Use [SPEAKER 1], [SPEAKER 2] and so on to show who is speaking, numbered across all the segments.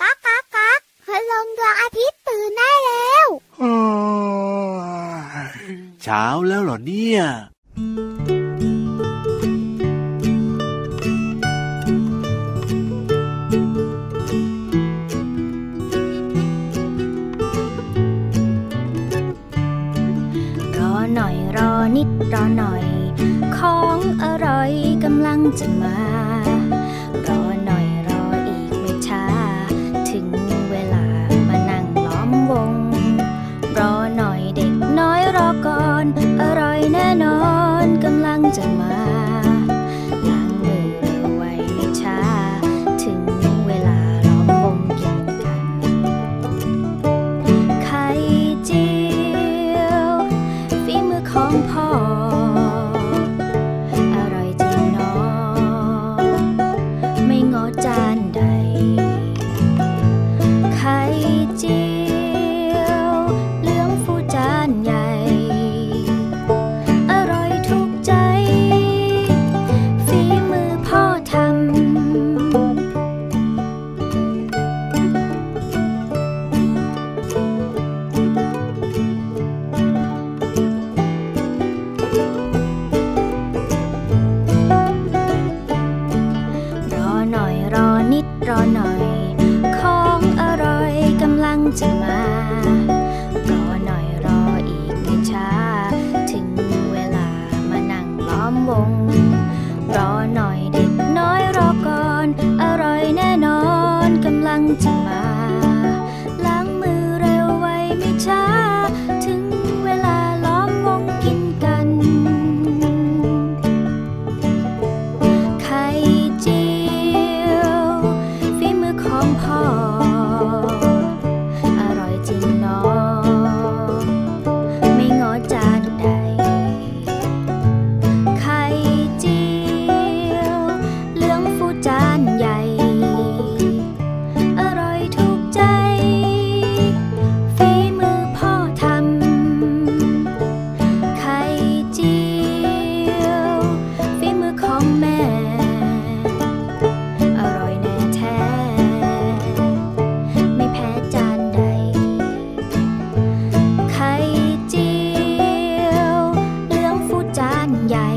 [SPEAKER 1] ก๊ากก๊ากก๊ากพลงดวงอาทิตย์ตื่นได้แล้ว
[SPEAKER 2] เช้าแล้วเหรอเนี่ย
[SPEAKER 3] รอหน่อยรอนิดรอหน่อย ของอร่อยกำลังจะมา รอหน่อยรออีกไม่ช้า ถึงเวลามานั่งล้อมวง รอหน่อยเด็กน้อยรอก่อน อร่อยแน่นอนกำลังจะมาล้างมือเร็วไวไม่ช้า ถึงเวลาล้อมวงกินกัน ไข่เจียวฝีมือของพ่อ อร่อยจริงหนอไม่งอจานใด ไข่เจียวเหลืองฟูจานใหญ่ อร่อยถูกใจ ฝีมือพ่อทำ รอหน่อยรอนิดรอหน่อย ของอร่อยกำลังจะมา รอหน่อยรออีกไม่ช้า ถึงเวลามานั่งล้อมวง รอหน่อยเด็กน้อยรอก่อน อร่อยแน่นอนกำลังจะมา ล้างมือเร็วไวไม่ช้า ถึงเวลาล้อมวงกินกัน ไข่เจียวฝีมือของพ่อ อร่อยจริงหนอไม่งอจานใด ไข่เจียวเหลืองฟูจานใหญ่ อร่อยถูกใจฝีมือพ่อทำ ไข่เจียวฝีมือของแม่ อร่อยแน่แท้ ไม่แพ้จานใด ไข่เจียวเหลืองฟูจานใหญ่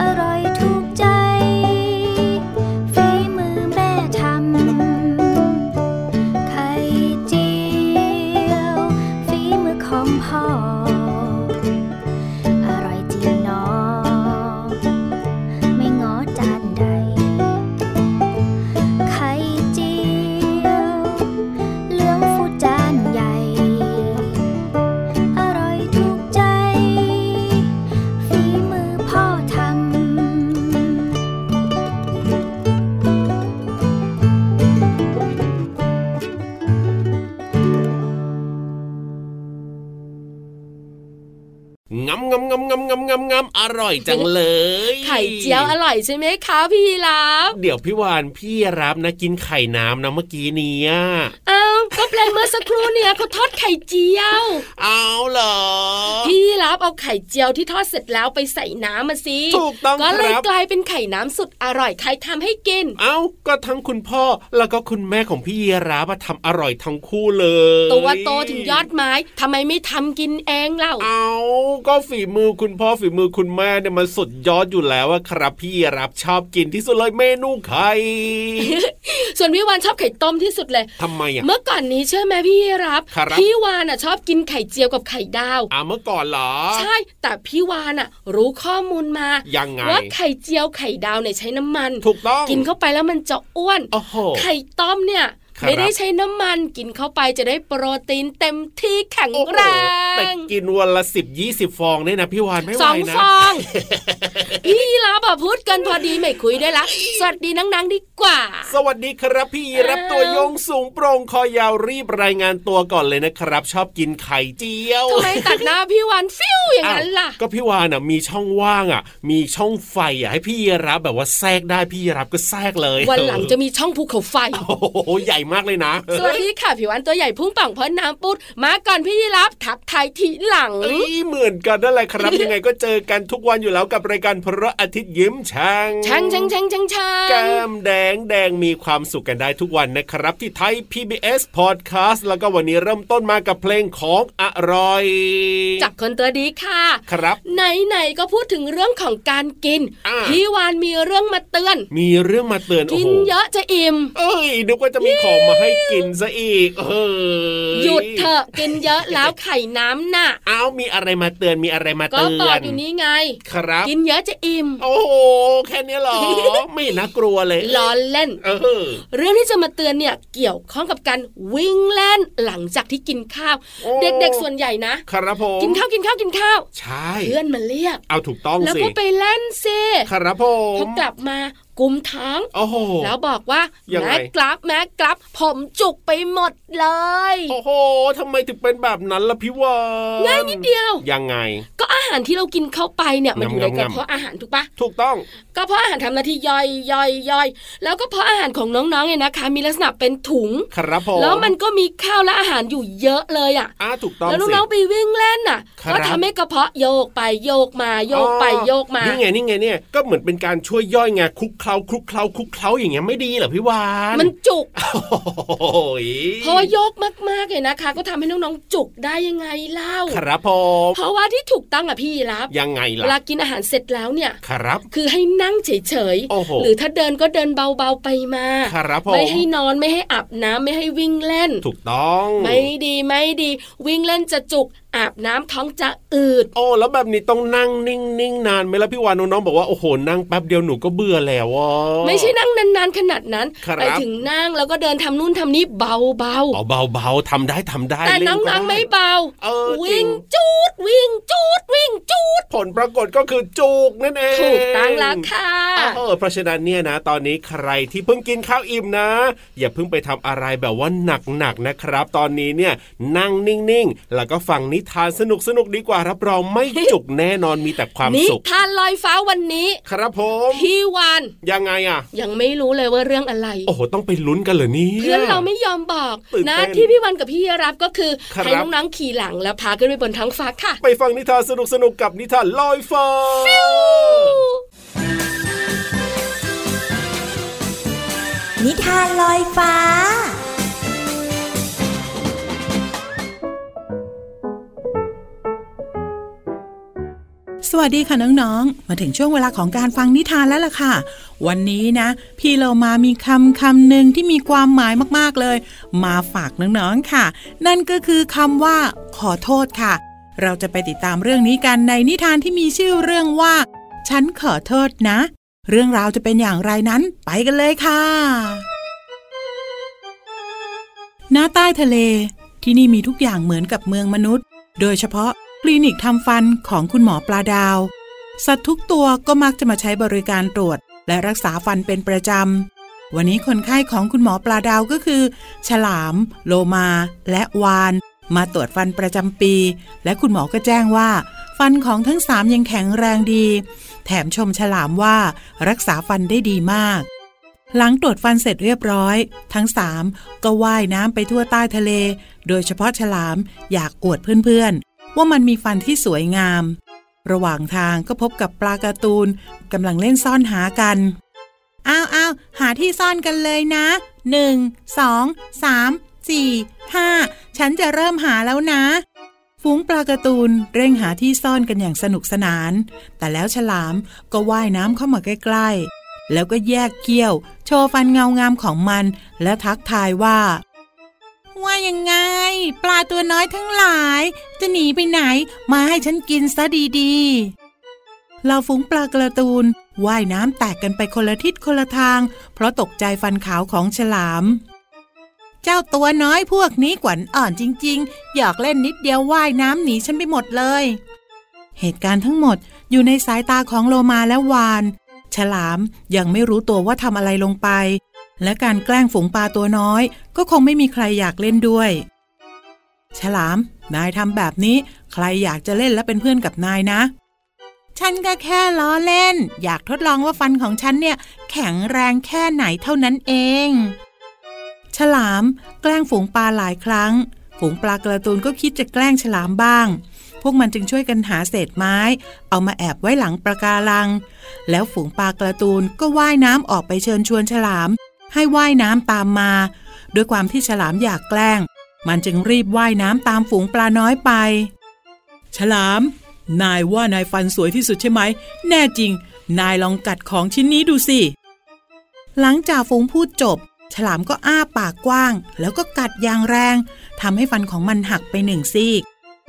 [SPEAKER 3] อร่อยถูกใจฝีมือแม่ทำ ไข่เจียวฝีมือของพ่อ อร่อยจริงหนอไม่ง้อจานใด ไข่เจียวเหลืองฟูจานใหญ่ อร่อยถูกใจฝีมือพ่อทำ
[SPEAKER 4] งำงำงำงำงำงำงำอร่อยจังเลย
[SPEAKER 5] ไข่เจียวอร่อยใช่ไหมคะพี่ยีรับ
[SPEAKER 4] เดี๋ยวพี่วานพี่รับนะกินไข่น้ำนะเมื่อกี้เนี้ย
[SPEAKER 5] อ้าวก็แปลงเมื่อสักครู่เนี่ยเขาทอดไข่เจียว
[SPEAKER 4] เอาเหรอ
[SPEAKER 5] พี่ยีรับเอาไข่เจียวที่ทอดเสร็จแล้วไปใส่น้ำมาสิ
[SPEAKER 4] ถูกต้อง
[SPEAKER 5] ก็เลย
[SPEAKER 4] ครับ
[SPEAKER 5] กลายเป็นไข่น้ำสุดอร่อยใครทำให้กิน
[SPEAKER 4] เอาก็ทั้งคุณพ่อแล้วก็คุณแม่ของพี่รับอะทำอร่อยทั้งคู่เลย
[SPEAKER 5] ตัวโตถึงยอดไม้ทำไมไม่ทำกินเองเล่า
[SPEAKER 4] เอาก็ฝีมือคุณพ่อฝีมือคุณแม่เนี่ยมันสุดยอดอยู่แล้วอะครับพี่รับชอบกินที่สุดเลยเมนูไข่
[SPEAKER 5] ส่วนพี่วานชอบไข่ต้มที่สุดเลย
[SPEAKER 4] ทำไมอะ
[SPEAKER 5] เมื่อก่อนนี้เชื่อไหมพี่รับ
[SPEAKER 4] ครับ
[SPEAKER 5] พี่วานอ่ะชอบกินไข่เจียวกับไข่ดาว
[SPEAKER 4] อ่ะเมื่อก่อนเหรอ
[SPEAKER 5] ใช่ แต่พี่วานอ่ะ รู้ข้อมูลมา
[SPEAKER 4] ยังไง
[SPEAKER 5] ว่าไข่เจียวไข่ดาวเนี่ยใช้น้ำมัน
[SPEAKER 4] ถูกต้อง
[SPEAKER 5] กินเข้าไปแล้วมันจะอ้วน
[SPEAKER 4] โอ้โห
[SPEAKER 5] ไข่ต้มเนี่ย
[SPEAKER 4] ครับ
[SPEAKER 5] ไม่ได้ใช้น้ำมันกินเข้าไปจะได้โปรตีนเต็มที่แข็ง
[SPEAKER 4] โอ้โห
[SPEAKER 5] แร
[SPEAKER 4] แต่
[SPEAKER 5] ง
[SPEAKER 4] กินวันละสิบยี่สิบฟองเนี่ยนะพี่วานไม่ไห
[SPEAKER 5] ส
[SPEAKER 4] ว
[SPEAKER 5] อง
[SPEAKER 4] นะ
[SPEAKER 5] ฟ อง พี่รับอ่ะพูดกันพอดีไม่คุยได้ละ สวัสดีนังๆดีกว่า
[SPEAKER 4] สวัสดีครับพี่รับตัวโยงสูงโปร่งคอยาวรีบรายงานตัวก่อนเลยนะครับ ชอบกินไข่เจียว
[SPEAKER 5] ทำไมตัดหน้าพี่วันฟิวอย่างนั้นล่ะ
[SPEAKER 4] อ้าวก็พี่วานอ่ะมีช่องว่างอ่ะ มีช่องไฟอ่ะให้พี่รับแบบว่าแทรกได้พี่รับก็แทรกเลย
[SPEAKER 5] วันหลังจะมีช่องภูเขาไฟ
[SPEAKER 4] โอ้โหใหญ่ มากเลยนะ
[SPEAKER 5] สวัสดีค่ะผิวอันตัวใหญ่พุ่งป่องพ้นน้ำปุดมาก่อนพี่ยีรับทักทายทีหลัง
[SPEAKER 4] เอ้ยเหมือนกันนั่นแหละ ครับ ยังไงก็เจอกันทุกวันอยู่แล้วกับรายการพระอาทิตย์ยิ้มช่าง
[SPEAKER 5] ช่างช่างช่างช่างช่าง
[SPEAKER 4] แก้มแดงแดงมีความสุขกันได้ทุกวันนะครับ ที่ไทย PBS Podcast แล้วก็วันนี้เริ่มต้นมากับเพลงของอร่อย
[SPEAKER 5] จากคนตัวดีค่ะ
[SPEAKER 4] ครับ
[SPEAKER 5] ไหนๆก็พูดถึงเรื่องของการกิน
[SPEAKER 4] อ่า
[SPEAKER 5] พี่วานมีเรื่องมาเตือน
[SPEAKER 4] มีเรื่องมาเตือนโอ้
[SPEAKER 5] กิน
[SPEAKER 4] โห
[SPEAKER 5] เยอะจะอิ่ม
[SPEAKER 4] เอ้ยนึกว่าจะมีของมาให้กินซะอีกเฮ้ย
[SPEAKER 5] หยุดเถอะกินเยอะแล้วไข่น้ำน่ะ
[SPEAKER 4] เอ้ามีอะไรมาเตือนมีอะไรมา
[SPEAKER 5] ก็
[SPEAKER 4] เตือน
[SPEAKER 5] บอกอยู่นี้ไง
[SPEAKER 4] ครับ
[SPEAKER 5] กินเยอะจะอิ่ม
[SPEAKER 4] โอ้โหแค่เนี้ยเหร อ ไม่น่ากลัวเลย
[SPEAKER 5] ล้อเล่น
[SPEAKER 4] เออ
[SPEAKER 5] เรื่องที่จะมาเตือนเนี่ยเกี่ยวข้องกับการวิ่งเล่นหลังจากที่กินข้าว
[SPEAKER 4] โอ้
[SPEAKER 5] เด็กๆส่วนใหญ่นะ
[SPEAKER 4] ครับผม
[SPEAKER 5] กินข้าวกินข้าวกินข้าว
[SPEAKER 4] ใช่
[SPEAKER 5] เพื่อนมาเรียก
[SPEAKER 4] เอาถูกต้อง
[SPEAKER 5] แล้ว
[SPEAKER 4] สิ
[SPEAKER 5] ก็ไปเล่นเซ
[SPEAKER 4] ครับผ
[SPEAKER 5] พอ
[SPEAKER 4] ม
[SPEAKER 5] กลับมากุมท้อง
[SPEAKER 4] โอ้โห
[SPEAKER 5] แล้วบอกว่า
[SPEAKER 4] ยังไง
[SPEAKER 5] แม็กกลับแม็กกลับผมจุกไปหมดเลย
[SPEAKER 4] โอ้โหทำไมถึงเป็นแบบนั้นล่ะพี่วาน
[SPEAKER 5] ง่ายนิดเดียว
[SPEAKER 4] ยังไง
[SPEAKER 5] ก็อาหารที่เรากินเข้าไปเนี่ยมันอ
[SPEAKER 4] งำ
[SPEAKER 5] ยู่ใน
[SPEAKER 4] งำ
[SPEAKER 5] กระ
[SPEAKER 4] งำ
[SPEAKER 5] เพาะอาหารถูกปะ
[SPEAKER 4] ถูกต้อง
[SPEAKER 5] ก็เพราะอาหารทำหน้าที่ย่อยย่อยย่อยแล้วก็เพราะอาหารของน้องๆเนี่ยนะคะ มีลักษณะเป็นถุง
[SPEAKER 4] ครับผม
[SPEAKER 5] แล้วมันก็มีข้าวและอาหารอยู่เยอะเลยอ่ะ
[SPEAKER 4] อ่าถูกต้อง
[SPEAKER 5] แล้ว
[SPEAKER 4] สิ
[SPEAKER 5] น้องๆไปวิ่งเล่นน่ะ
[SPEAKER 4] ครับ
[SPEAKER 5] ก็ทำให้กระเพาะโยกไปโยกมาโยกไป
[SPEAKER 4] อ๋อ
[SPEAKER 5] โยกมา
[SPEAKER 4] นี่ไงนี่ไงเนี่ยก็เหมือนเป็นการช่วยย่อยไงคลุกเคล้าคลุกเคล้าคลุกเคล้าอย่างเงี้ยไม่ดีเหรอพี่วาน
[SPEAKER 5] มันจุก
[SPEAKER 4] โอ้โหย
[SPEAKER 5] เพราะว่าโยกมากๆเลยนะคะ ก็ทำให้น้องๆจุกได้ยังไงเล่า
[SPEAKER 4] ครับผม
[SPEAKER 5] เพราะว่าที่ถูกตั้องอ่ะพี่รับ
[SPEAKER 4] ยังไง
[SPEAKER 5] เวลา
[SPEAKER 4] ล่ะ
[SPEAKER 5] กินอาหารเสร็จแล้วเนี่ย
[SPEAKER 4] ครับ
[SPEAKER 5] คือให้นั่งเฉย
[SPEAKER 4] โอ้โห
[SPEAKER 5] หรือถ้าเดินก็เดินเบาๆไปมา
[SPEAKER 4] ครับผม
[SPEAKER 5] ไม่ให้นอนไม่ให้อาบน้ำไม่ให้วิ่งเล่น
[SPEAKER 4] ถูกต้อง
[SPEAKER 5] ไม่ดีไม่ดี วิ่งเล่นจะจุกอาบน้ำท้องจะอืด
[SPEAKER 4] โอ้แล้วแบบนี้ต้องนั่งนิ่งๆนานไหมล่ะพี่วานน้องๆบอกว่าโอ้โหนั่งแป๊บเดียวหนูก็เบื่อแล้วอ่ะ
[SPEAKER 5] ไม่ใช่นั่งนานๆขนาดนั้น
[SPEAKER 4] ครับ
[SPEAKER 5] ไปถึงนั่งแล้วก็เดินทำนู่นทำนี่เบา
[SPEAKER 4] อ๋อเบาๆทำได้ทำได้
[SPEAKER 5] ๆแต่
[SPEAKER 4] เล่
[SPEAKER 5] น้
[SPEAKER 4] ก็ด้
[SPEAKER 5] องๆไม่เบา
[SPEAKER 4] เออจริง
[SPEAKER 5] วิ่งจูดวิ่งจูดวิ่งจูด
[SPEAKER 4] ผลปรากฏก็คือจุกนั่นเอง
[SPEAKER 5] ถูกตั้งแล้วค่ะ
[SPEAKER 4] เออเพราะฉะนั้นเนี่ยนะ ตอนนี้ใครที่เพิ่งกินข้าวอิ่มนะ อย่าเพิ่งไปทำอะไรแบบว่าหนักๆนะครับ ตอนนี้เนี่ยนั่งนิ่งๆแล้วก็ฟังนิทานสนุกๆดีกว่ารับรองไม่จุกแน่นอนมีแต่ความ
[SPEAKER 5] นี่
[SPEAKER 4] สุข
[SPEAKER 5] ทานลอยฟ้าวันนี้
[SPEAKER 4] ครับผม
[SPEAKER 5] พี่วาน
[SPEAKER 4] ยังไงอ่ะ
[SPEAKER 5] ยังไม่รู้เลยว่าเรื่องอะไร
[SPEAKER 4] โอ้โหต้องไปลุ้นกันเหรอเนี่ย
[SPEAKER 5] เพื่อนเราไม่ยอมบอก
[SPEAKER 4] ตื่นเต้น
[SPEAKER 5] หนะที่พี่วันกับพี่รับก็คือ
[SPEAKER 4] ครับ
[SPEAKER 5] ให้น้องๆขี่หลังแล้วพาขึ้นไปบนท้องฟ้าค่ะ
[SPEAKER 4] ไปฟังนิทานสนุกสนุกๆกับนิทานลอยฟ้า
[SPEAKER 6] นิทานลอยฟ้า
[SPEAKER 7] สวัสดีค่ะน้องๆ มาถึงช่วงเวลาของการฟังนิทานแล้วล่ะค่ะ วันนี้นะ พี่เรามามีคำคำหนึ่งที่มีความหมายมากๆเลย มาฝากน้องๆค่ะ นั่นก็คือคำว่าขอโทษค่ะ เราจะไปติดตามเรื่องนี้กันในนิทานที่มีชื่อเรื่องว่า ฉันขอโทษนะ เรื่องราวจะเป็นอย่างไรนั้นไปกันเลยค่ะหน้าใต้ทะเล ที่นี่มีทุกอย่างเหมือนกับเมืองมนุษย์ โดยเฉพาะคลินิกทำฟันของคุณหมอปลาดาว สัตว์ทุกตัวก็มักจะมาใช้บริการตรวจ และรักษาฟันเป็นประจำ วันนี้คนไข้ของคุณหมอปลาดาวก็คือ ฉลาม โลมา และวาน มาตรวจฟันประจำปี และคุณหมอก็แจ้งว่า ฟันของทั้งสามยังแข็งแรงดี แถมชมฉลามว่ารักษาฟันได้ดีมาก หลังตรวจฟันเสร็จเรียบร้อย ทั้งสามก็ว่ายน้ำไปทั่วใต้ทะเล โดยเฉพาะฉลามอยากอวดเพื่อนๆ ว่ามันมีฟันที่สวยงาม ระหว่างทางก็พบกับปลาการ์ตูนกำลังเล่นซ่อนหากัน อ้าวอ้าวหาที่ซ่อนกันเลยนะหนึ่งสองสามสี่ห้าฉันจะเริ่มหาแล้วนะ ฝูงปลาการ์ตูนเร่งหาที่ซ่อนกันอย่างสนุกสนาน แต่แล้วฉลามก็ว่ายน้ำเข้ามาใกล้ๆ แล้วก็แยกเกี้ยว โชว์ฟันเงางามของมัน และทักทายว่า ว่ายังไง ปลาตัวน้อยทั้งหลาย จะหนีไปไหน มาให้ฉันกินซะดีๆเหล่าฝูงปลากระตูนว่ายน้ำแตกกันไปคนละทิศคนละทาง เพราะตกใจฟันขาวของฉลาม เจ้าตัวน้อยพวกนี้ขวัญอ่อนจริงๆ อยากเล่นนิดเดียวว่ายน้ำหนีฉันไปหมดเลย เหตุการณ์ทั้งหมดอยู่ในสายตาของโลมาและวาน ฉลามยังไม่รู้ตัวว่าทำอะไรลงไป และการแกล้งฝูงปลาตัวน้อย ก็คงไม่มีใครอยากเล่นด้วย ฉลาม นายทำแบบนี้ ใครอยากจะเล่นและเป็นเพื่อนกับนายนะ ฉันก็แค่ล้อเล่น อยากทดลองว่าฟันของฉันเนี่ย แข็งแรงแค่ไหนเท่านั้นเอง ฉลามแกล้งฝูงปลาหลายครั้ง ฝูงปลาการะตูนก็คิดจะแกล้งฉลามบ้าง พวกมันจึงช่วยกันหาเศษไม้ เอามาแอบไว้หลังประการัง แล้วฝูงปลาการะตูนก็ว่ายน้ำออกไปเชิญชวนฉลาม ให้ว่ายน้ำตามมา ด้วยความที่ฉลามอยากแกล้ง มันจึงรีบว่ายน้ำตามฝูงปลาน้อยไป ฉลาม นายว่านายฟันสวยที่สุดใช่ไหม แน่จริง นายลองกัดของชิ้นนี้ดูสิ หลังจากฝูงพูดจบ ฉลามก็อ้าปากกว้าง แล้วก็กัดอย่างแรงทำให้ฟันของมันหักไปหนึ่งซีก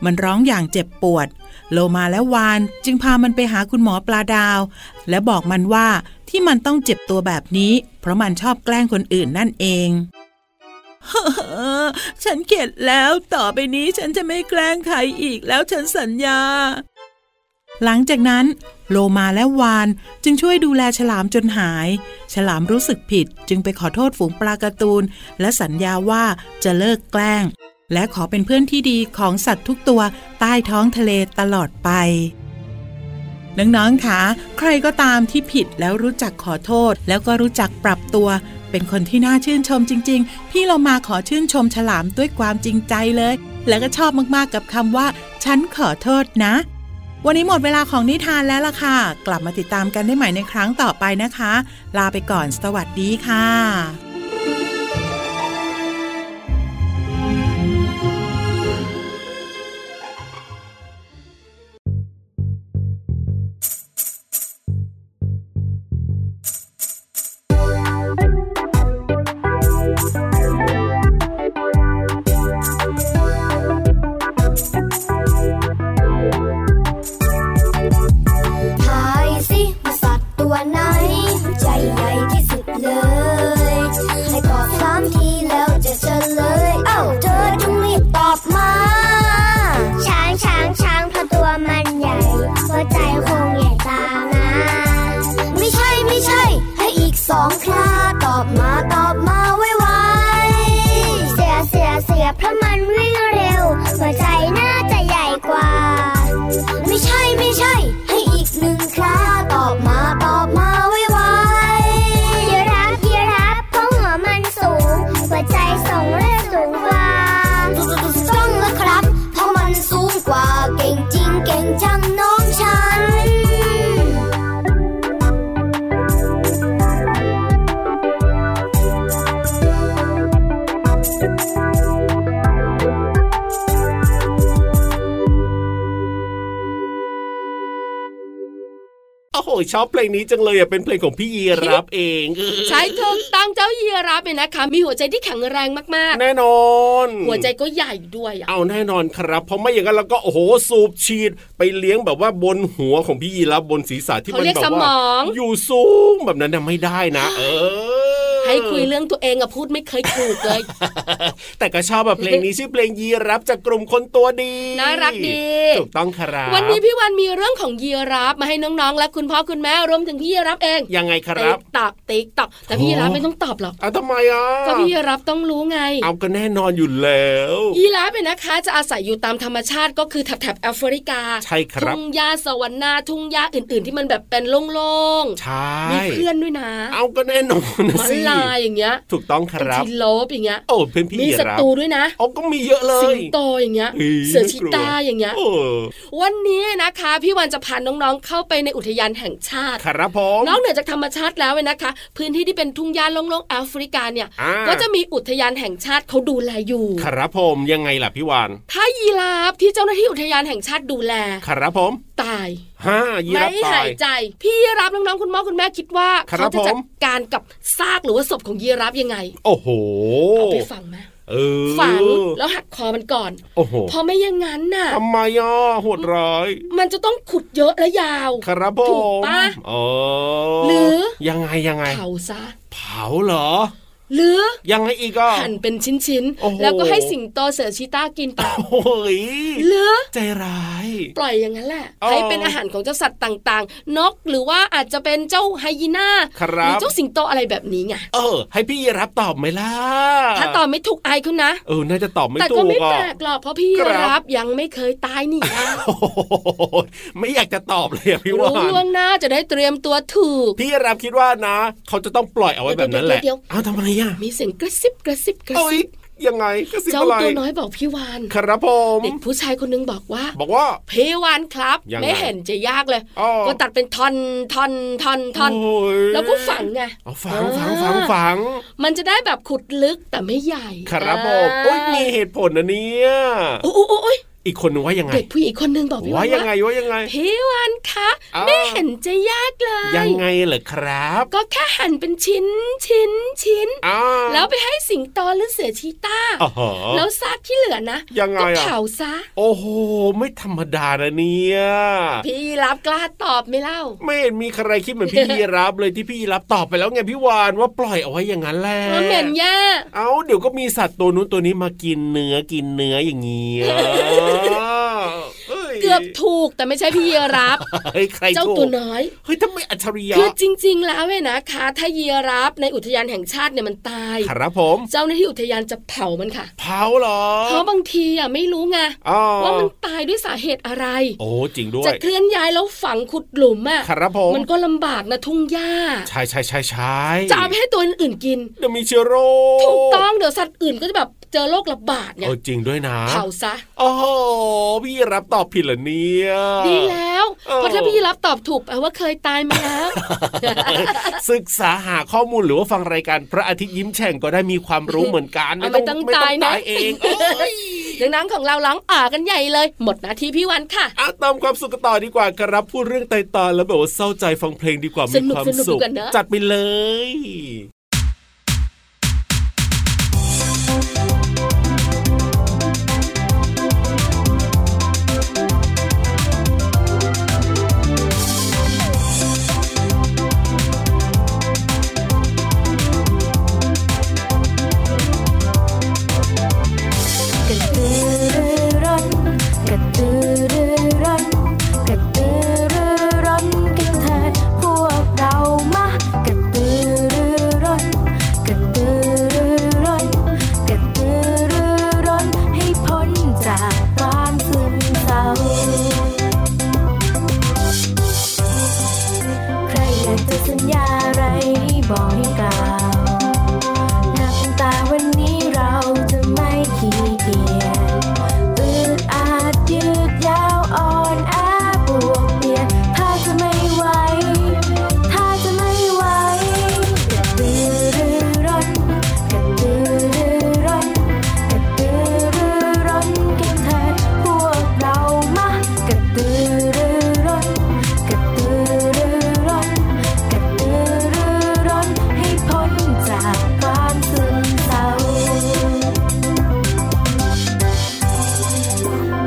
[SPEAKER 7] มันร้องอย่างเจ็บปวด โลมาและวานจึงพามันไปหาคุณหมอปลาดาว และบอกมันว่าที่มันต้องเจ็บตัวแบบนี้ เพราะมันชอบแกล้งคนอื่นนั่นเอง ฉันเข็ดแล้วต่อไปนี้ฉันจะไม่แกล้งใครอีกแล้วฉันสัญญา หลังจากนั้น โลมาและวานจึงช่วยดูแลฉลามจนหาย ฉลามรู้สึกผิดจึงไปขอโทษฝูงปลาการ์ตูน และสัญญาว่าจะเลิกแกล้ง และขอเป็นเพื่อนที่ดีของสัตว์ทุกตัวใต้ท้องทะเลตลอดไป น้องๆ คะ ใครก็ตามที่ผิดแล้วรู้จักขอโทษ แล้วก็รู้จักปรับตัว เป็นคนที่น่าชื่นชมจริง ๆ พี่เรามาขอชื่นชมฉลามด้วยความจริงใจเลย แล้วก็ชอบมากๆ กับคำว่า ฉันขอโทษนะ วันนี้หมดเวลาของนิทานแล้วล่ะค่ะ กลับมาติดตามกันได้ใหม่ในครั้งต่อไปนะคะ ลาไปก่อน สวัสดีค่ะ
[SPEAKER 8] ทายสิว่าสัตว์ตัวไหน ใจใหญ่ที่สุดเลย ให้ตอบสามทีแล้วจะเฉลย เอ้าเธอจงรีบตอบมา
[SPEAKER 1] ช้างช้างช้างเพราะตัวมันใหญ่หัวใจคงใหญ่ตามนะ
[SPEAKER 8] ไม่ใช่ไม่ใช่ ให้อีกสองคราตอบมาตอบมาไวไว
[SPEAKER 1] เสือเสือเสือเพราะมันวิ่งเร็ว หัวใจน่าจะใหญ่กว่า
[SPEAKER 8] ๆไม่ใช่ไม่ใช่ ให้อีกหนึ่งคราตอบมาตอบมาไวไว
[SPEAKER 1] ยีราฟยีราฟเพราะหัวมันสูง หัวใจส่งเลือดสูงกว่า
[SPEAKER 8] ๆต้องแล้วครับ เพราะมันสูงกว่าเก่งจริงเก่งจังน้องฉัน
[SPEAKER 4] โอ้โหชอบเพลงนี้จังเลยอ่ะเป็นเพลงของพี่ยีรับเอง
[SPEAKER 5] ใช้ถูกต้องเจ้ายีราฟเนี่ยนะคะ มีหัวใจที่แข็งแรงมาก
[SPEAKER 4] แน่นอน
[SPEAKER 5] ๆ หัวใจก็ใหญ่ด้วยอ่ะ
[SPEAKER 4] เอาแน่นอนครับ เพราะไม่อย่างนั้นเราก็โอ้โหสูบฉีด ไปเลี้ยงแบบว่าบนหัวของพี่ยีรับบนศีรษะที่
[SPEAKER 5] เขา
[SPEAKER 4] มัน
[SPEAKER 5] เรียก
[SPEAKER 4] แบ
[SPEAKER 5] ส
[SPEAKER 4] บ
[SPEAKER 5] ม
[SPEAKER 4] ว่า
[SPEAKER 5] อง
[SPEAKER 4] อยู่สูงแบบนั้นน่ะไม่ได้นะ เออ
[SPEAKER 5] ให้คุยเรื่องตัวเองอะพูดไม่เคยถูกเลย
[SPEAKER 4] แต่ก็ชอบแบบเพลงนี้ชื่อเพลงยีรับจากกลุ่มคนตัวดี
[SPEAKER 5] น่ารักดี
[SPEAKER 4] ถูกต้องครับ
[SPEAKER 5] วันนี้พี่วันมีเรื่องของยีราฟมาให้น้องๆ และคุณพ่อคุณแม่รวมถึงพี่ยีราฟเอง
[SPEAKER 4] ยังไงครั
[SPEAKER 5] ติ๊
[SPEAKER 4] บ
[SPEAKER 5] กตอกติ๊กตอกแต่พี่ยีราฟ
[SPEAKER 4] โอ้
[SPEAKER 5] ไม่ต้องตอบหรอก
[SPEAKER 4] เอาทำไมอ่ะ
[SPEAKER 5] ก็พี่ยีราฟต้องรู้ไง
[SPEAKER 4] เอาก็แน่นอนอยู่แล้ว
[SPEAKER 5] ยีราฟเนี่ยนะคะ จะอาศัยอยู่ตามธรรมชาติก็คือแถบแถบแอฟริกา
[SPEAKER 4] ใช่ครับ
[SPEAKER 5] ทุ่งหญ้าสวรรค์นาทุ่งหญ้าอื่น ๆ ที่มันแบบเป็นโล่ง
[SPEAKER 4] ใช่
[SPEAKER 5] ๆมีเพื่อนด้วยนะ
[SPEAKER 4] เอาก็แน่นอนนะ
[SPEAKER 5] มา
[SPEAKER 4] สิ
[SPEAKER 5] ลายอย่างเงี้ย
[SPEAKER 4] ถูกต้องค
[SPEAKER 5] บาง
[SPEAKER 4] รับ
[SPEAKER 5] ทีโลบอย่างเงี้ย
[SPEAKER 4] โอ้เพื่อนพี่
[SPEAKER 5] มี
[SPEAKER 4] ยี
[SPEAKER 5] ศั
[SPEAKER 4] รับ
[SPEAKER 5] ตรูด้วยนะ
[SPEAKER 4] เอาก็มีเยอะเลย
[SPEAKER 5] สิงโตอย่างเงี้ย
[SPEAKER 4] เอ้ย
[SPEAKER 5] เสือชีตา
[SPEAKER 4] น่ากลัว
[SPEAKER 5] อย่างเงี้ย
[SPEAKER 4] โอ้
[SPEAKER 5] วันนี้นะคะ พี่วันจะพาน้องๆ เข้าไปในอุทยานแห่งชาติ
[SPEAKER 4] ครับผม
[SPEAKER 5] นอกเหนือจากธรรมชาติแล้วเนี่ยนะคะ พื้นที่ที่เป็นทุ่งหญ้าโล่งๆแอฟริกาเนี่ย
[SPEAKER 4] อ่า
[SPEAKER 5] ก็จะมีอุทยานแห่งชาติเขาดูแลอยู่
[SPEAKER 4] ครับผมยังไงล่ะพี่วาน
[SPEAKER 5] ถ้ายีราฟที่เจ้าหน้าที่อุทยานแห่งชาติดูแล
[SPEAKER 4] ครับผม
[SPEAKER 5] ตาย
[SPEAKER 4] ห้ายี
[SPEAKER 5] ไม่
[SPEAKER 4] รับตา
[SPEAKER 5] หาย ยใจ พี่ยีรับน้องๆคุณพ่อคุณแม่คิดว่า
[SPEAKER 4] ครับ
[SPEAKER 5] เขาจะจัด
[SPEAKER 4] ผม
[SPEAKER 5] การกับซากหรือว่าศพของยีราฟยังไง
[SPEAKER 4] โอ้โห
[SPEAKER 5] เอาไปฝังไหม
[SPEAKER 4] เออ
[SPEAKER 5] ฝังแล้วหักคอมันก่อน
[SPEAKER 4] โอ้โห
[SPEAKER 5] เพอไม่อย่างนั้นน่ะ
[SPEAKER 4] ทำไมอ่ะโหดร้าย
[SPEAKER 5] มันจะต้องขุดเยอะและยาว
[SPEAKER 4] ครับผ
[SPEAKER 5] ถูก
[SPEAKER 4] ม
[SPEAKER 5] ปะ
[SPEAKER 4] อ๋อ
[SPEAKER 5] หรือ
[SPEAKER 4] ยังไงยังไง
[SPEAKER 5] เผาซะ
[SPEAKER 4] เผาเหรอ
[SPEAKER 5] หรือ
[SPEAKER 4] ยังไงอีกอ่ะ
[SPEAKER 5] หั่นเป็นชิ้น
[SPEAKER 4] โอ้โห
[SPEAKER 5] ๆ แล้วก็ให้สิงโตเสือชีต้ากินไป
[SPEAKER 4] โอ้ย
[SPEAKER 5] หรือ
[SPEAKER 4] ใจร้าย
[SPEAKER 5] ปล่อยอย่างนั้นแหละ
[SPEAKER 4] อ๋อ
[SPEAKER 5] ให้เป็นอาหารของเจ้าสัตว์ต่างๆ นกหรือว่าอาจจะเป็นเจ้าไฮยีน่า
[SPEAKER 4] ครั
[SPEAKER 5] ห
[SPEAKER 4] บ
[SPEAKER 5] รือเจ้าสิงโตอะไรแบบนี้ไง
[SPEAKER 4] เออ ให้พี่ยีรับตอบไหมล่ะ
[SPEAKER 5] ถ้าตอบไม่ถูกอายคุณนะ
[SPEAKER 4] เออน่าจะตอบไม่
[SPEAKER 5] แต่
[SPEAKER 4] ถู
[SPEAKER 5] ก็
[SPEAKER 4] ก
[SPEAKER 5] ไม่
[SPEAKER 4] อ่ะ
[SPEAKER 5] แปลกหรอกเพราะพี่
[SPEAKER 4] ครับ
[SPEAKER 5] รับยังไม่เคยตายนี่นะ
[SPEAKER 4] โอ้โหไม่อยากจะตอบเลยอ่ะพี่วา
[SPEAKER 5] รู้
[SPEAKER 4] น
[SPEAKER 5] ล่วงหน้าจะได้เตรียมตัวถูก
[SPEAKER 4] พี่รับคิดว่านะ เขาจะต้องปล่อยเอาไว้แบบนั้นแหละ
[SPEAKER 5] เดี๋ยวๆๆ
[SPEAKER 4] อ้าวทำไม อ่ะ
[SPEAKER 5] มีเสียงกระซิบกระซิบกระ
[SPEAKER 4] โอ้ย
[SPEAKER 5] ซิบ
[SPEAKER 4] ยังไงกระซิบ
[SPEAKER 5] เจ้า
[SPEAKER 4] อะไร
[SPEAKER 5] ตัวน้อยบอกพี่วาน
[SPEAKER 4] ครับผม
[SPEAKER 5] เด็กผู้ชายคนนึงบอกว่า
[SPEAKER 4] บอกว่า
[SPEAKER 5] พี่วานครับ
[SPEAKER 4] ยังไง
[SPEAKER 5] ไม่เห็นจะยากเลย
[SPEAKER 4] อ๋อ
[SPEAKER 5] ก็ตัดเป็นทอนทอนทอนทอน
[SPEAKER 4] โอ้ย
[SPEAKER 5] แล้วก็ฝังไง
[SPEAKER 4] เอาฝัง
[SPEAKER 5] อ่า
[SPEAKER 4] ฝังฝังฝัง
[SPEAKER 5] มันจะได้แบบขุดลึกแต่ไม่ใหญ่
[SPEAKER 4] ครับผม
[SPEAKER 5] า
[SPEAKER 4] โอ้ยมีเหตุผลนะเนี่ย
[SPEAKER 5] โอ้โอ้โอ้โอ้ย
[SPEAKER 4] อีกคนนึงว่ายังไง
[SPEAKER 5] เด็กผู้หญิงคนนึงบอกพี่วา
[SPEAKER 4] ว่านยังไง
[SPEAKER 5] ว่า
[SPEAKER 4] ว่ายังไง
[SPEAKER 5] พี่วานคะ
[SPEAKER 4] อ้าว
[SPEAKER 5] ไม่เห็นจะยากเลย
[SPEAKER 4] ยังไงเหรอครับ
[SPEAKER 5] ก็แค่หั่นเป็นชิ้นชิ้นชิ้น
[SPEAKER 4] อ้า
[SPEAKER 5] แล้วไปให้สิงโตหรือเสือชีต้า
[SPEAKER 4] อ๋อฮะ
[SPEAKER 5] แล้วซากที่เหลือนะ
[SPEAKER 4] ยังไง
[SPEAKER 5] ก็
[SPEAKER 4] อะ
[SPEAKER 5] เผาซะ
[SPEAKER 4] โอ้โหไม่ธรรมดานะเนี่ย
[SPEAKER 5] พี่รับกล้าตอบไหม่เล่า
[SPEAKER 4] ไม่เห็นมีใครคิดเหมือนพี่ยีรับเลยที่พี่ยีรับตอบไปแล้วไงพี่วานว่าปล่อยเอาไว้อย่างนั้นแหละ
[SPEAKER 5] เออเหม็นแย่
[SPEAKER 4] เอาเดี๋ยวก็มีสัตว์ตัวนู้นตัวนี้มากินเนื้อกินเนื้ออย่างเงี้ยย
[SPEAKER 5] เกือบถูกแต่ไม่ใช่พี่รับ
[SPEAKER 4] เฮ้ยใคร
[SPEAKER 5] เจ้า
[SPEAKER 4] ถูก
[SPEAKER 5] ตัวน้อย
[SPEAKER 4] เฮ้ยทำไมอัจฉริยะ
[SPEAKER 5] คือจริง ๆ แล้วเนี่ยนะคะถ้ายีราฟในอุทยานแห่งชาติเนี่ยมันตาย
[SPEAKER 4] ครับผม
[SPEAKER 5] เจ้าหน้าที่อุทยานจะเผามันค่ะ
[SPEAKER 4] เผาเหรอ
[SPEAKER 5] เพราะบางทีอ่ะไม่รู้ไง
[SPEAKER 4] อ๋อ
[SPEAKER 5] ว่ามันตายด้วยสาเหตุอะไร
[SPEAKER 4] โอ้จริงด้ว
[SPEAKER 5] จะ
[SPEAKER 4] ย
[SPEAKER 5] เคลื่อนย้ายแล้วฝังขุดหลุมอ่ะ
[SPEAKER 4] ครับผม
[SPEAKER 5] มันก็ลำบากนะทุ่งหญ้า
[SPEAKER 4] ใช่ใช่ใช่ใช่
[SPEAKER 5] จะเอาไปให้ตัวอื่นๆกิน
[SPEAKER 4] เดี๋ยวมีเชื้อโรค
[SPEAKER 5] ถูกต้องเดี๋ยวสัตว์อื่นก็จะแบบเจอโรคระบาดไง
[SPEAKER 4] เออจริงด้วยนะ
[SPEAKER 5] เผาซะ
[SPEAKER 4] โอ้โหพี่รับตอบผิดเหรอเนี่ย
[SPEAKER 5] ดีแล้ว
[SPEAKER 4] เออ
[SPEAKER 5] เพราะถ้าพี่รับตอบถูกแปลว่าเคยตายมาแล้ว
[SPEAKER 4] ศึกษาหาข้อมูลหรือว่าฟังรายการพระอาทิตย์ยิ้มแฉ่งก็ได้มีความรู้เหมือนกัน
[SPEAKER 5] เอาไม่ต้องตายนะ
[SPEAKER 4] เองเอ้ย
[SPEAKER 5] ดังนั้นของเราล้างอ่ากันใหญ่เลย หมดหน้าที่พี่วันค่ะ
[SPEAKER 4] อ่ะตามความสุขกันต่อดีกว่าครับพูดเรื่องไตตอนแล้วแบบว่าเศร้าใจฟังเพลงดีกว่า
[SPEAKER 5] ส
[SPEAKER 4] มี
[SPEAKER 5] นุก
[SPEAKER 4] ความ
[SPEAKER 5] สนุก
[SPEAKER 4] สุข
[SPEAKER 5] ดีกว่าเนอะ
[SPEAKER 4] จัดไปเลย
[SPEAKER 8] กระตือรือร้นกระตือรือร้นกระตือรือร้นกันเถิดพวกเรามากระตือรือร้นกระตือรือร้นกระตือรือร้นให้พ้นจากความซึมเศร้า ใครอยากจะสัญญาอะไรให้บอกให้กล่าว นับตาวันนี้เราจะไม่ขี้เกียจอึดอาจยืดยาวอ่อนแอบวกเปลี่ยนถ้าจะไม่ไหว ถ้าจะไม่ไหวกระตือรือร้นกระตือรือร้นกระตือรือร้นกันเถิดพวกเรามากระตือรือร้นกระตือรือร้นกระตือรือร้นให้พ้นจากความซึมเศร้า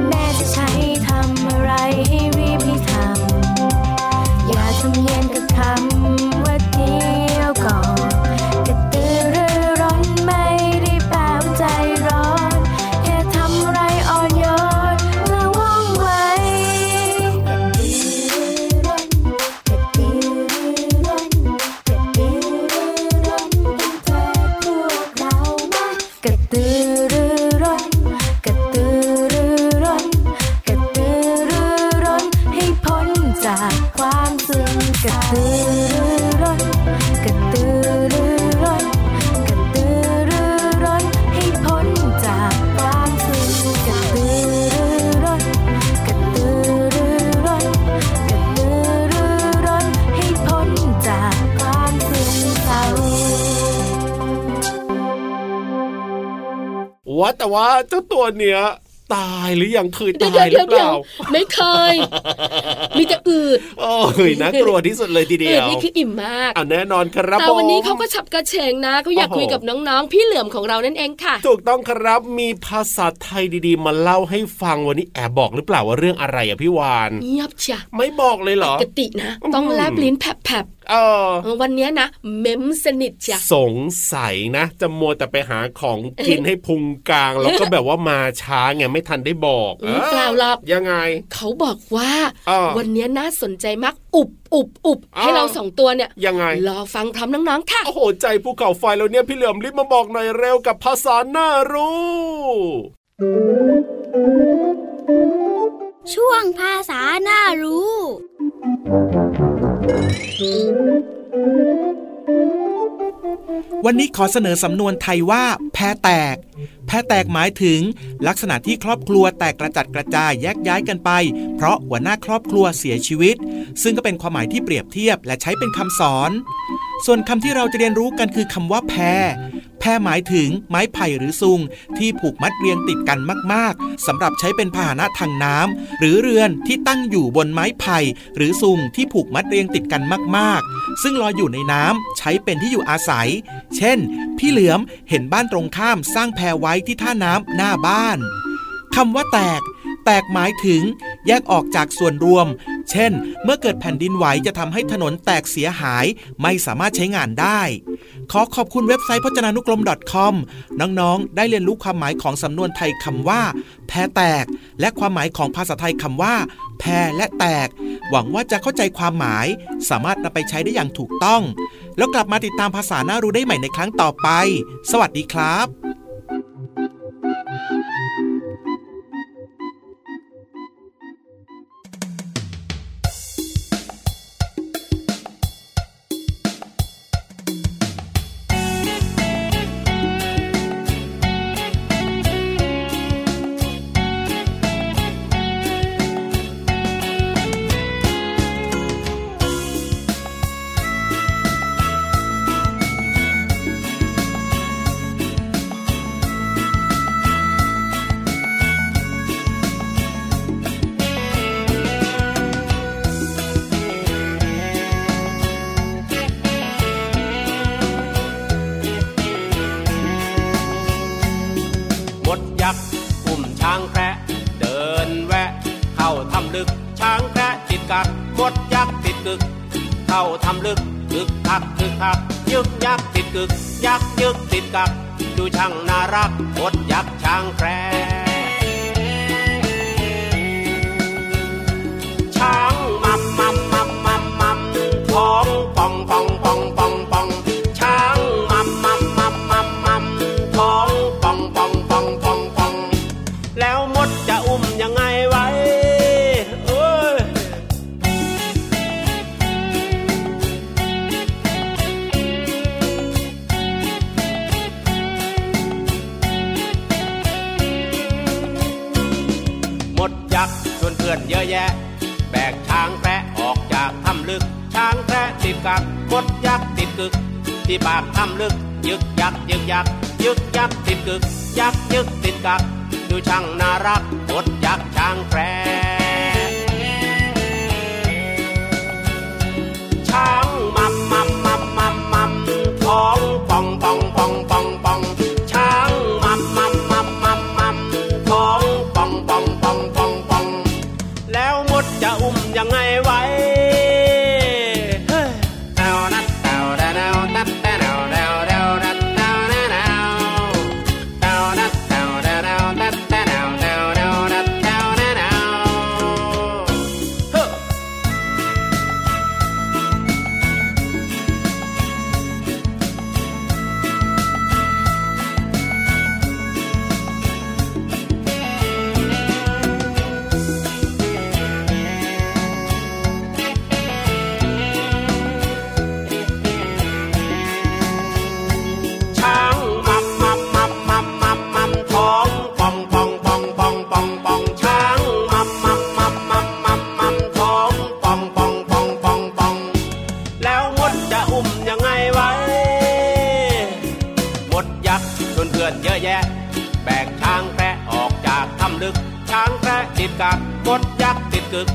[SPEAKER 8] แม่จะใช้ทำอะไรให้รีบให้ทำ อย่าทำเย็นกับคำว่าเดียวก่อนกระตือรือร้นไม่ได้แปลว่าใจร้อน แค่ทำอะไรอ่อนโยนและว่องไวกระตือรือร้นกระตือรือร้นกระตือรือร้นต้องเธอพวกเราว่ากระตือรือร้นกระตือรือร้นกระตือรือร้นให้พ้นจากความซึมกระตือรือร้นกระตือรือร้นกระตือรือร้นให้พ้นจากความซึมกระตือรือร้นกระตือรือร้นกระตือรือร้นให้พ้นจากความซึมเศร้า
[SPEAKER 4] ว่าแต่ว่าเจ้าตัวเนี้ยตายหรือยังเคย
[SPEAKER 5] เดี๋ยว
[SPEAKER 4] ตายหรื
[SPEAKER 5] เดี๋ย
[SPEAKER 4] อ
[SPEAKER 5] ว
[SPEAKER 4] เป
[SPEAKER 5] เดี๋ย
[SPEAKER 4] ล่าว
[SPEAKER 5] ไม่เคย มีแต่อืด
[SPEAKER 4] โอ้ยน่ากลัวที่สุดเลยทีเดี
[SPEAKER 5] อื
[SPEAKER 4] ย
[SPEAKER 5] ด
[SPEAKER 4] ว
[SPEAKER 5] นี่คืออิ่มมาก
[SPEAKER 4] อ่ะแน่นอนครับ
[SPEAKER 5] แต่
[SPEAKER 4] ผม
[SPEAKER 5] วันนี้เขาก็ฉับกระเฉงนะเขาอยาก
[SPEAKER 4] โอ้โห
[SPEAKER 5] คุยกับน้องๆ พี่เหลือมของเรานั่นเองค่ะ
[SPEAKER 4] ถูกต้องครับมีภาษาไทยดีๆ มาเล่าให้ฟังวันนี้แอบบอกหรือเปล่าว่าเรื่องอะไรอ่ะพี่วาน
[SPEAKER 5] เงียบเชีย
[SPEAKER 4] ไม่บอกเลยเหรอ
[SPEAKER 5] ปกตินะ ต้อง
[SPEAKER 4] อืม
[SPEAKER 5] แลบลิ้นแผลบ
[SPEAKER 4] เออ
[SPEAKER 5] ๆเออวันเนี้ยนะ เม้มสนิทเชีย
[SPEAKER 4] สงสัยนะ จะมัวแต่ไปหาของกินให้พุงกลาง แล้ว ก็แบบว่ามาช้าไงไม่ทันได้บอก
[SPEAKER 5] อืมเปล่าหรอก
[SPEAKER 4] ยังไง
[SPEAKER 5] เขาบอกว่า
[SPEAKER 4] อ่า
[SPEAKER 5] วันเนี้ยน่าสนใจมากอุบอุบอุบ
[SPEAKER 4] อ่า
[SPEAKER 5] ให้เราสองตัวเนี่ย
[SPEAKER 4] ยังไง
[SPEAKER 5] รอฟังพร้อมน้องๆ ค่ะ
[SPEAKER 4] โอ้โห ใจภูเขาไฟแล้วเนี่ย พี่เหลือมรีบมาบอกหน่อยเร็วกับภาษาหน้ารู้
[SPEAKER 1] ช่วงภาษาน่ารู้
[SPEAKER 9] วันนี้ขอเสนอสำนวนไทยว่า แพแตก แพแตกหมายถึง ลักษณะที่ครอบครัวแตกกระจัดกระจายแยกย้ายกันไป เพราะหัวหน้าครอบครัวเสียชีวิต ซึ่งก็เป็นความหมายที่เปรียบเทียบและใช้เป็นคำสอน ส่วนคำที่เราจะเรียนรู้กันคือคำว่าแพรแพรหมายถึงไม้ไผ่หรือซุง ที่ผูกมัดเรียงติดกันมากๆสำหรับใช้เป็นพาหนะทางน้ำหรือเรือนที่ตั้งอยู่บนไม้ไผ่หรือซุงที่ผูกมัดเรียงติดกันมากๆ ซึ่งลอยอยู่ในน้ำใช้เป็นที่อยู่อาศัย เช่น พี่เหลือมเห็นบ้านตรงข้ามสร้างแพรไว้ที่ท่าน้ำหน้าบ้าน คำว่าแตก แตกหมายถึง แยกออกจากส่วนรวม เช่น เมื่อเกิดแผ่นดินไหวจะทำให้ถนนแตกเสียหาย ไม่สามารถใช้งานได้ ขอขอบคุณเว็บไซต์พจนานุกรม .com น้องๆ ได้เรียนรู้ความหมายของสำนวนไทยคำว่า แพรแตก และความหมายของภาษาไทยคำว่า แพรและแตก หวังว่าจะเข้าใจความหมาย สามารถนำไปใช้ได้อย่างถูกต้อง แล้วกลับมาติดตามภาษาหน้ารู้ได้ใหม่ในครั้งต่อไป สวัสดีครับ
[SPEAKER 10] มดยักษ์อุ้มช้างแคระเดินแวะ เข้าทำลึกช้างแคระติดกัดมดยักษ์ติดกึก เข้าทำลึกลึกทักลึกทักยึกยักษ์ติดกึก ยักษ์ยึกติดกักดูช่างน่ารักมดยักษ์ช้างแคระช้างมัมมัมมัมมัมมัมท้องป่องป่องป่องป่องป่องช้างมัมมัมมัมมัมมัมท้องป่องป่องป่องป่องป่องแล้วมดจะอุ้มยังไงไว้เอ้ย มดยักษ์ชวนเพื่อนเยอะแยะ แบกช้างแพะออกจากถ้ำลึก ช้างแพะติดกักมดยักษ์ติดกึก ที่ปากถ้ำลึก ยึกยักยึกยักยึกยักติดกึก ยักยึกติดกักดูช่างน่ารักมดยักษ์ช้างแพะช้างมัมมัมมัมมัมมัมท้องป่องป่องป่องป่องป่องช้างมัมมัมมัมมัมมัมท้องป่องป่องป่องป่องป่องแล้วมดจะอุ้มยังไงไว้เฮ้ยแนวนัดแนวแนวแนวนัดแนวแนวแนวนัดแนวแนวแนวแนวนัดแนวแนวแนวนัดแนวแนวแนวนัดแนวแนวแนวเฮ้อ ช้างมัมมัมมัมมัมมัมมัมท้องป่องป่องป่องป่องป่องป่องช้างมัมมัมมัมมัมมัมมัมท้องป่องป่องป่องป่องป่องแล้วมดจะอุ้มยังไงไว้ มดยักษ์ชวนเพื่อนเยอะแยะ แบกช้างแพะออกจากถ้ำลึก ช้างแพะติดกับมดยักษ์ติดกึก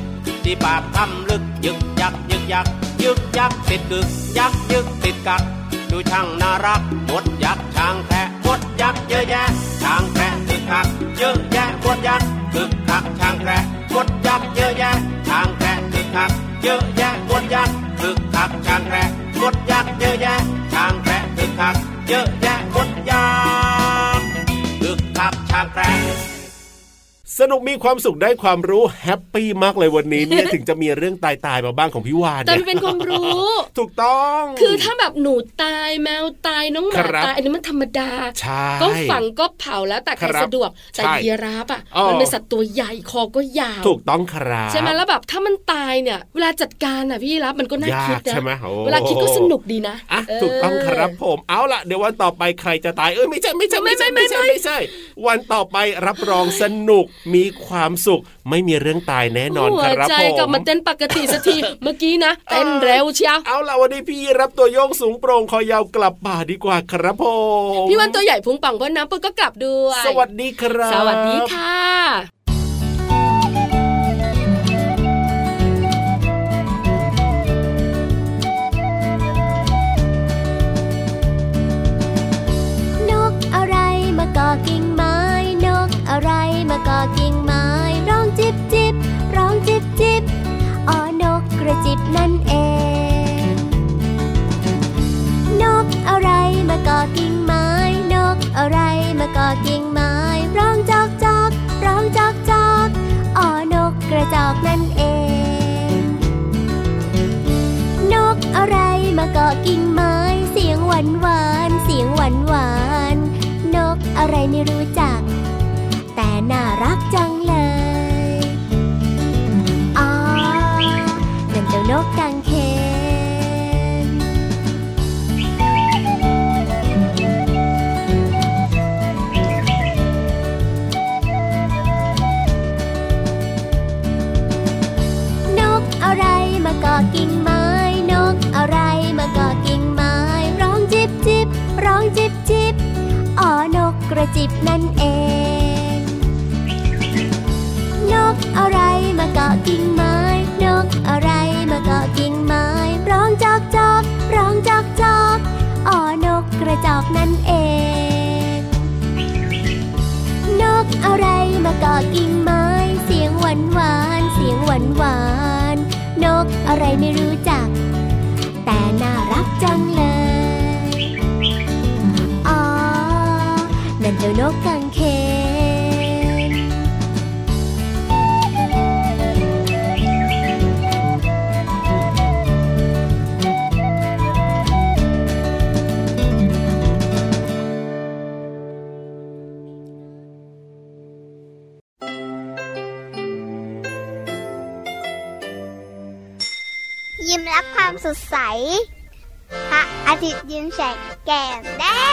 [SPEAKER 10] ที่ปากถ้ำลึกยึกยักยึกยักยึกยักติดกึก ยักยึกติดกักดูช่างน่ารักมดยักษ์ช้างแพะมดยักษ์เยอะแยะ ช้างแพะติดกักเยอะแยะมดยักษ์กึกกักช้างแพะมดยักษ์เยอะแยะ ช้างแพะติดกักเยอะแยะมดยักษ์กึกกักช้างแพะมดยักษ์เยอะแยะ ช้างแพะติดกักเยอะแยะมดยักษ์ ดึกทับชางแกร
[SPEAKER 4] สนุกมีความสุขได้ความรู้แฮปปี้มากเลยวันนี้ เนี่ย ถึงจะมีเรื่องตายตายๆมาบ้างของพี่วาน
[SPEAKER 5] แต่
[SPEAKER 4] ย
[SPEAKER 5] มันเป็นความรู้
[SPEAKER 4] ถูกต้อง
[SPEAKER 5] คือถ้าแบบหนูตายแมวตายน้องห
[SPEAKER 4] ค
[SPEAKER 5] มา
[SPEAKER 4] รับ
[SPEAKER 5] ตายอันนี้มันธรรมดา
[SPEAKER 4] ใช่
[SPEAKER 5] ก็ฝังก็เผาแล้วแต่ใคร
[SPEAKER 4] ครับ
[SPEAKER 5] สะดวกแต่
[SPEAKER 4] ใช่
[SPEAKER 5] ยีราฟอ่ะ
[SPEAKER 4] อ๋อ
[SPEAKER 5] มันเป็นสัตว์ตัวใหญ่คอก็ยาว
[SPEAKER 4] ถูกต้องครับ
[SPEAKER 5] ใช่ไหมแล้วแบบถ้ามันตายเนี่ย เวลาจัดการอ่ะพี่รับมันก็น่าย
[SPEAKER 4] าก
[SPEAKER 5] คิดนะ
[SPEAKER 4] ใช่ไหมโอ้
[SPEAKER 5] เวลาคิดก็สนุกดีนะ
[SPEAKER 4] อ่ะ
[SPEAKER 5] เ
[SPEAKER 4] ถูกต้องครับผม เอาล่ะเดี๋ยววันต่อไปใครจะตายเอ้ยไม่ใช่ไม่ใช่ไม่ใช่
[SPEAKER 5] ไม่
[SPEAKER 4] ไม่
[SPEAKER 5] ไม่
[SPEAKER 4] ใช่
[SPEAKER 5] ไม่
[SPEAKER 4] ไม่ใช่ วันต่อไปรับรองสนุกมีความสุข ไม่มีเรื่องตายแน่นอน
[SPEAKER 5] หั
[SPEAKER 4] คว รับ
[SPEAKER 5] ใจ
[SPEAKER 4] ผม
[SPEAKER 5] กลับมาเต้นปกติสัก ที เมื่อกี้นะเต้นเร็วเชียว
[SPEAKER 4] เอาล่ะวันนี้พี่รับตัวโยงสูงโปร่งคอยาวกลับป่าดีกว่าครับผม
[SPEAKER 5] พี่วันตัวใหญ่พุงปังเพราะน้ำปุนก็กลับด้วย
[SPEAKER 4] สวัสดีครับ
[SPEAKER 5] สวัสดีค่ะ
[SPEAKER 1] นกอะไรมาเกาะกิ่งไม้ นกอะไรมาเกาะกิ่งไม้ ร้องจิบจิบร้องจิบจิบอ๋อนกกระจิบนั่นเอง นกอะไรมาเกาะกิ่งไม้ นกอะไรมาเกาะกิ่งไม้ ร้องจอกจอกร้องจอกจอกอ๋อนกกระจอกนั่นเอง นกอะไรมาเกาะกิ่งไม้ เสียงหวานหวานๆเสียงหวานหวานๆนกอะไรไม่รู้จัก แต่น่ารักจังเลยอ๋อนั่นเจ้านกกังเขน นกอะไรมาเกาะกิ่งไม้ นกอะไรมาเกาะกิ่งไม้ ร้องจิบจิบร้องจิบจิบอ๋อนกกระจิบนั่นเอง นกอะไรมาเกาะกิ่งไม้ นกอะไรมาเกาะกิ่งไม้ ร้องจอกจอกร้องจอกจอกอ๋อนกกระจอกนั่นเอง นกอะไรมาเกาะกิ่งไม้ เสียงหวานหวานๆเสียงหวานหวานๆนกอะไรไม่รู้จัก แต่น่ารักจังเลย อ๋อ นั่นเจ้านกกังเขน
[SPEAKER 11] ยิ้มรับความสดใส พระอาทิตย์ยิ้มแฉกแก้มแดง